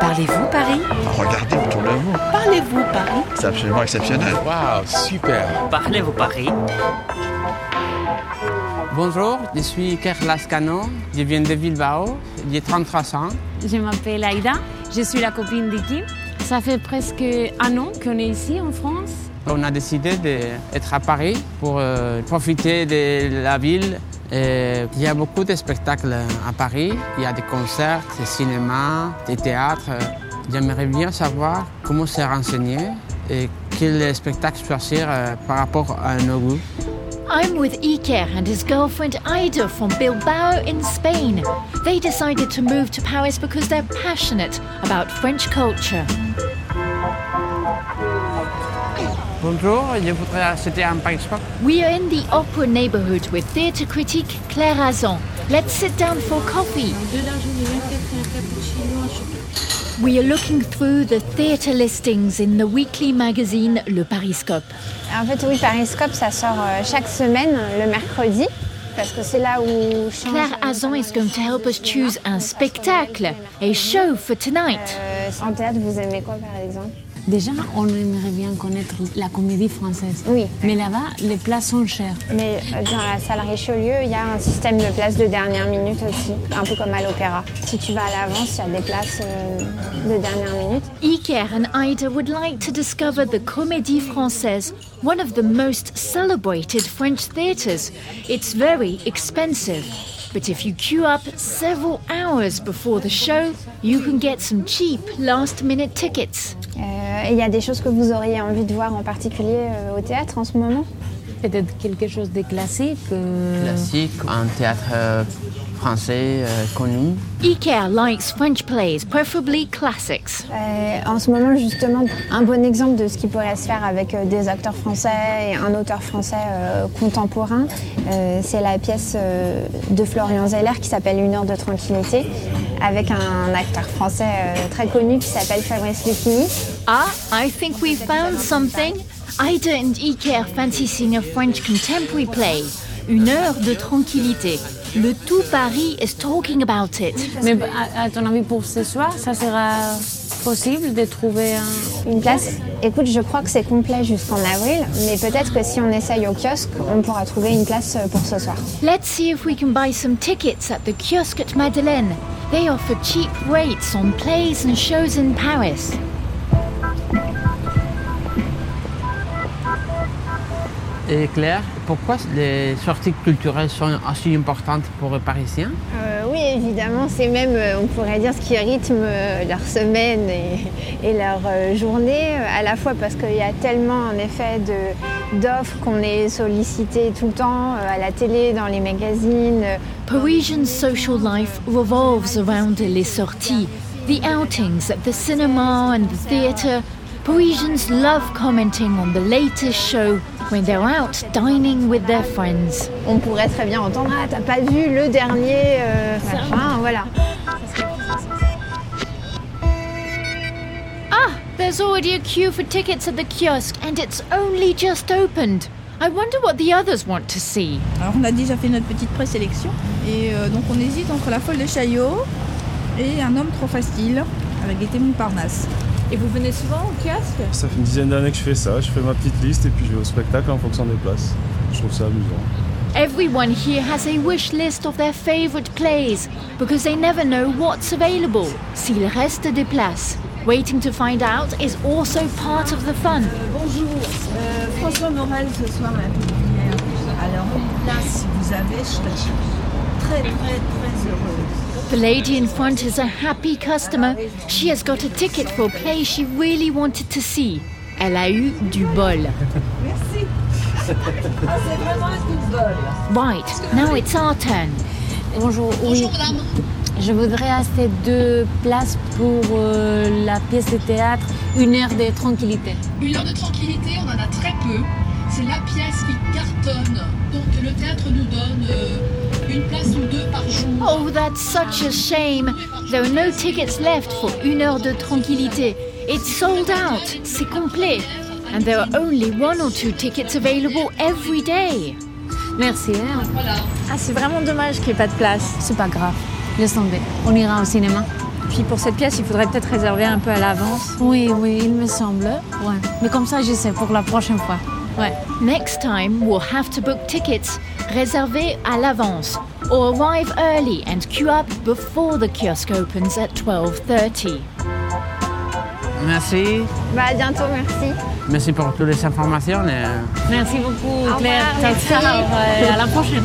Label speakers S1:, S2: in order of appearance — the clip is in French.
S1: Parlez-vous Paris
S2: Regardez autour de vous.
S1: Parlez-vous Paris
S2: C'est absolument exceptionnel.
S3: Waouh, super
S4: Parlez-vous Paris
S5: Bonjour, je suis Kerlas Cano, je viens de Bilbao, j'ai 33 ans.
S6: Je m'appelle Aïda, je suis la copine de Kim. Ça fait presque un an qu'on est ici en France.
S5: On a décidé d'être à Paris pour euh, profiter de la ville. Et il y a beaucoup de spectacles à Paris, il y a des concerts, des cinémas, des théâtres. J'aimerais bien savoir comment se renseigner et quel spectacle choisir euh, par rapport à nos goûts.
S7: I'm with Iker and his girlfriend Ida from Bilbao in Spain. They decided to move to Paris because they're passionate about French culture.
S5: Bonjour, je voudrais acheter un Paris-Sport.
S7: We are in the opera neighborhood with theatre critic Claire Azon. Let's sit down for coffee. We are looking through the theatre listings in the weekly magazine Le Pariscope.
S8: En fait, oui, Pariscope, ça sort euh, chaque semaine, le mercredi, parce que c'est là où change,
S7: Claire
S8: euh,
S7: Azon
S8: pas
S7: is
S8: mal
S7: going
S8: de
S7: to
S8: choses
S7: help us
S8: du
S7: choose
S8: cinéma.
S7: un spectacle, a show for tonight.
S8: Euh, en théâtre, vous aimez quoi, par exemple
S6: Déjà, on aimerait bien connaître la comédie française.
S8: Oui.
S6: Mais là-bas, les places sont chères.
S8: Mais euh, dans la salle Richelieu, il y a un système de places de dernière minute aussi, un peu comme à l'opéra. Si tu vas à l'avance, il y a des places euh, de dernière minute.
S7: Iker and Ida would like to discover the Comédie Française, one of the most celebrated French theatres. It's very expensive, but if you queue up several hours before the show, you can get some cheap last minute tickets.
S8: Euh, et il y a des choses que vous auriez envie de voir en particulier euh, au théâtre en ce moment
S6: Peut-être quelque chose de classique. euh,
S5: Classique, un théâtre euh, français euh, connu.
S7: Iker likes French plays, preferably classics.
S8: Euh, En ce moment, justement, un bon exemple de ce qui pourrait se faire avec euh, des acteurs français et un auteur français euh, contemporain, euh, c'est la pièce euh, de Florian Zeller qui s'appelle Une heure de tranquillité, avec un acteur français euh, très connu qui s'appelle Fabrice Lucchini.
S7: Ah, I think we found something. Ida and Iker fancy seeing a French contemporary play, Une heure de tranquillité. Le tout Paris is talking about it.
S6: Mais à, à ton avis, pour ce soir, ça sera possible de trouver un...
S8: Une place, écoute, je crois que c'est complet jusqu'en avril, mais peut-être que si on essaye au kiosque, on pourra trouver une place euh, pour ce soir.
S7: Let's see if we can buy some tickets at the kiosque at Madeleine. They offer cheap rates on plays and shows in Paris.
S5: Et Claire, pourquoi les sorties culturelles sont aussi importantes pour les Parisiens
S8: Euh, oui, évidemment, c'est même, euh, on pourrait dire, ce qui rythme euh, leur semaine et, et leur euh, journée, euh, à la fois parce qu'il y a tellement, en effet, de- d'offres qu'on est sollicité tout le temps, euh, à la télé, dans les magazines. Euh,
S7: Parisian social life revolves around les sorties, the outings at the cinema and the theatre. Parisians love commenting on the latest show when they're out dining with their friends.
S8: On pourrait très bien entendre, ah, t'as pas vu le dernier, euh, machin, voilà.
S7: Ah, there's already a queue for tickets at the kiosque and it's only just opened. I wonder what the others want to see.
S9: Alors on a déjà fait notre petite présélection et euh, donc on hésite entre la folle de Chaillot et un homme trop facile avec des témoins Parnasse.
S10: Et vous venez souvent au kiosque
S11: Ça fait une dizaine d'années que je fais ça. Je fais ma petite liste et puis je vais au spectacle en fonction des places. Je trouve ça amusant.
S7: Everyone here has a wish list of their favourite plays because they never know what's available. S'il reste des places, waiting to find out is also part of the fun.
S10: Bonjour, euh, François Morel ce soir à la Pépinière. Alors, une place, si vous avez, je serai très, très, très heureuse.
S7: The lady in front is a happy customer. She has got a ticket for a play she really wanted to see. Elle a eu du bol.
S10: Merci. Ah, c'est vraiment un coup de bol.
S7: Right, now it's our turn.
S6: Bonjour, oui. Je voudrais acheter deux places pour euh, la pièce de théâtre Une heure de tranquillité.
S9: Une heure de tranquillité, on en a très peu. C'est la pièce qui cartonne. Donc le théâtre nous donne une place ou deux par jour.
S7: Oh, that's such a shame. There are no tickets left for Une Heure de Tranquillité. It's sold out. C'est complet. And there are only one or two tickets available every day.
S6: Merci. hein.
S9: Ah, c'est vraiment dommage qu'il n'y ait pas de place.
S6: C'est pas grave. Laisse tomber. On ira au cinéma.
S1: Puis pour cette pièce, il faudrait peut-être réserver un peu à l'avance.
S6: Oui, oui, il me semble. Ouais. Mais comme ça, je sais pour la prochaine fois. Ouais.
S7: Next time, we'll have to book tickets, réservés à l'avance, or arrive early and queue up before the kiosk opens at 12.30.
S5: Merci.
S8: Bah, à bientôt, merci.
S5: Merci pour toutes les informations. et, euh,
S1: Merci beaucoup,
S8: Claire.
S6: Euh,
S1: Claire.
S8: Ciao, ciao.
S1: À la prochaine.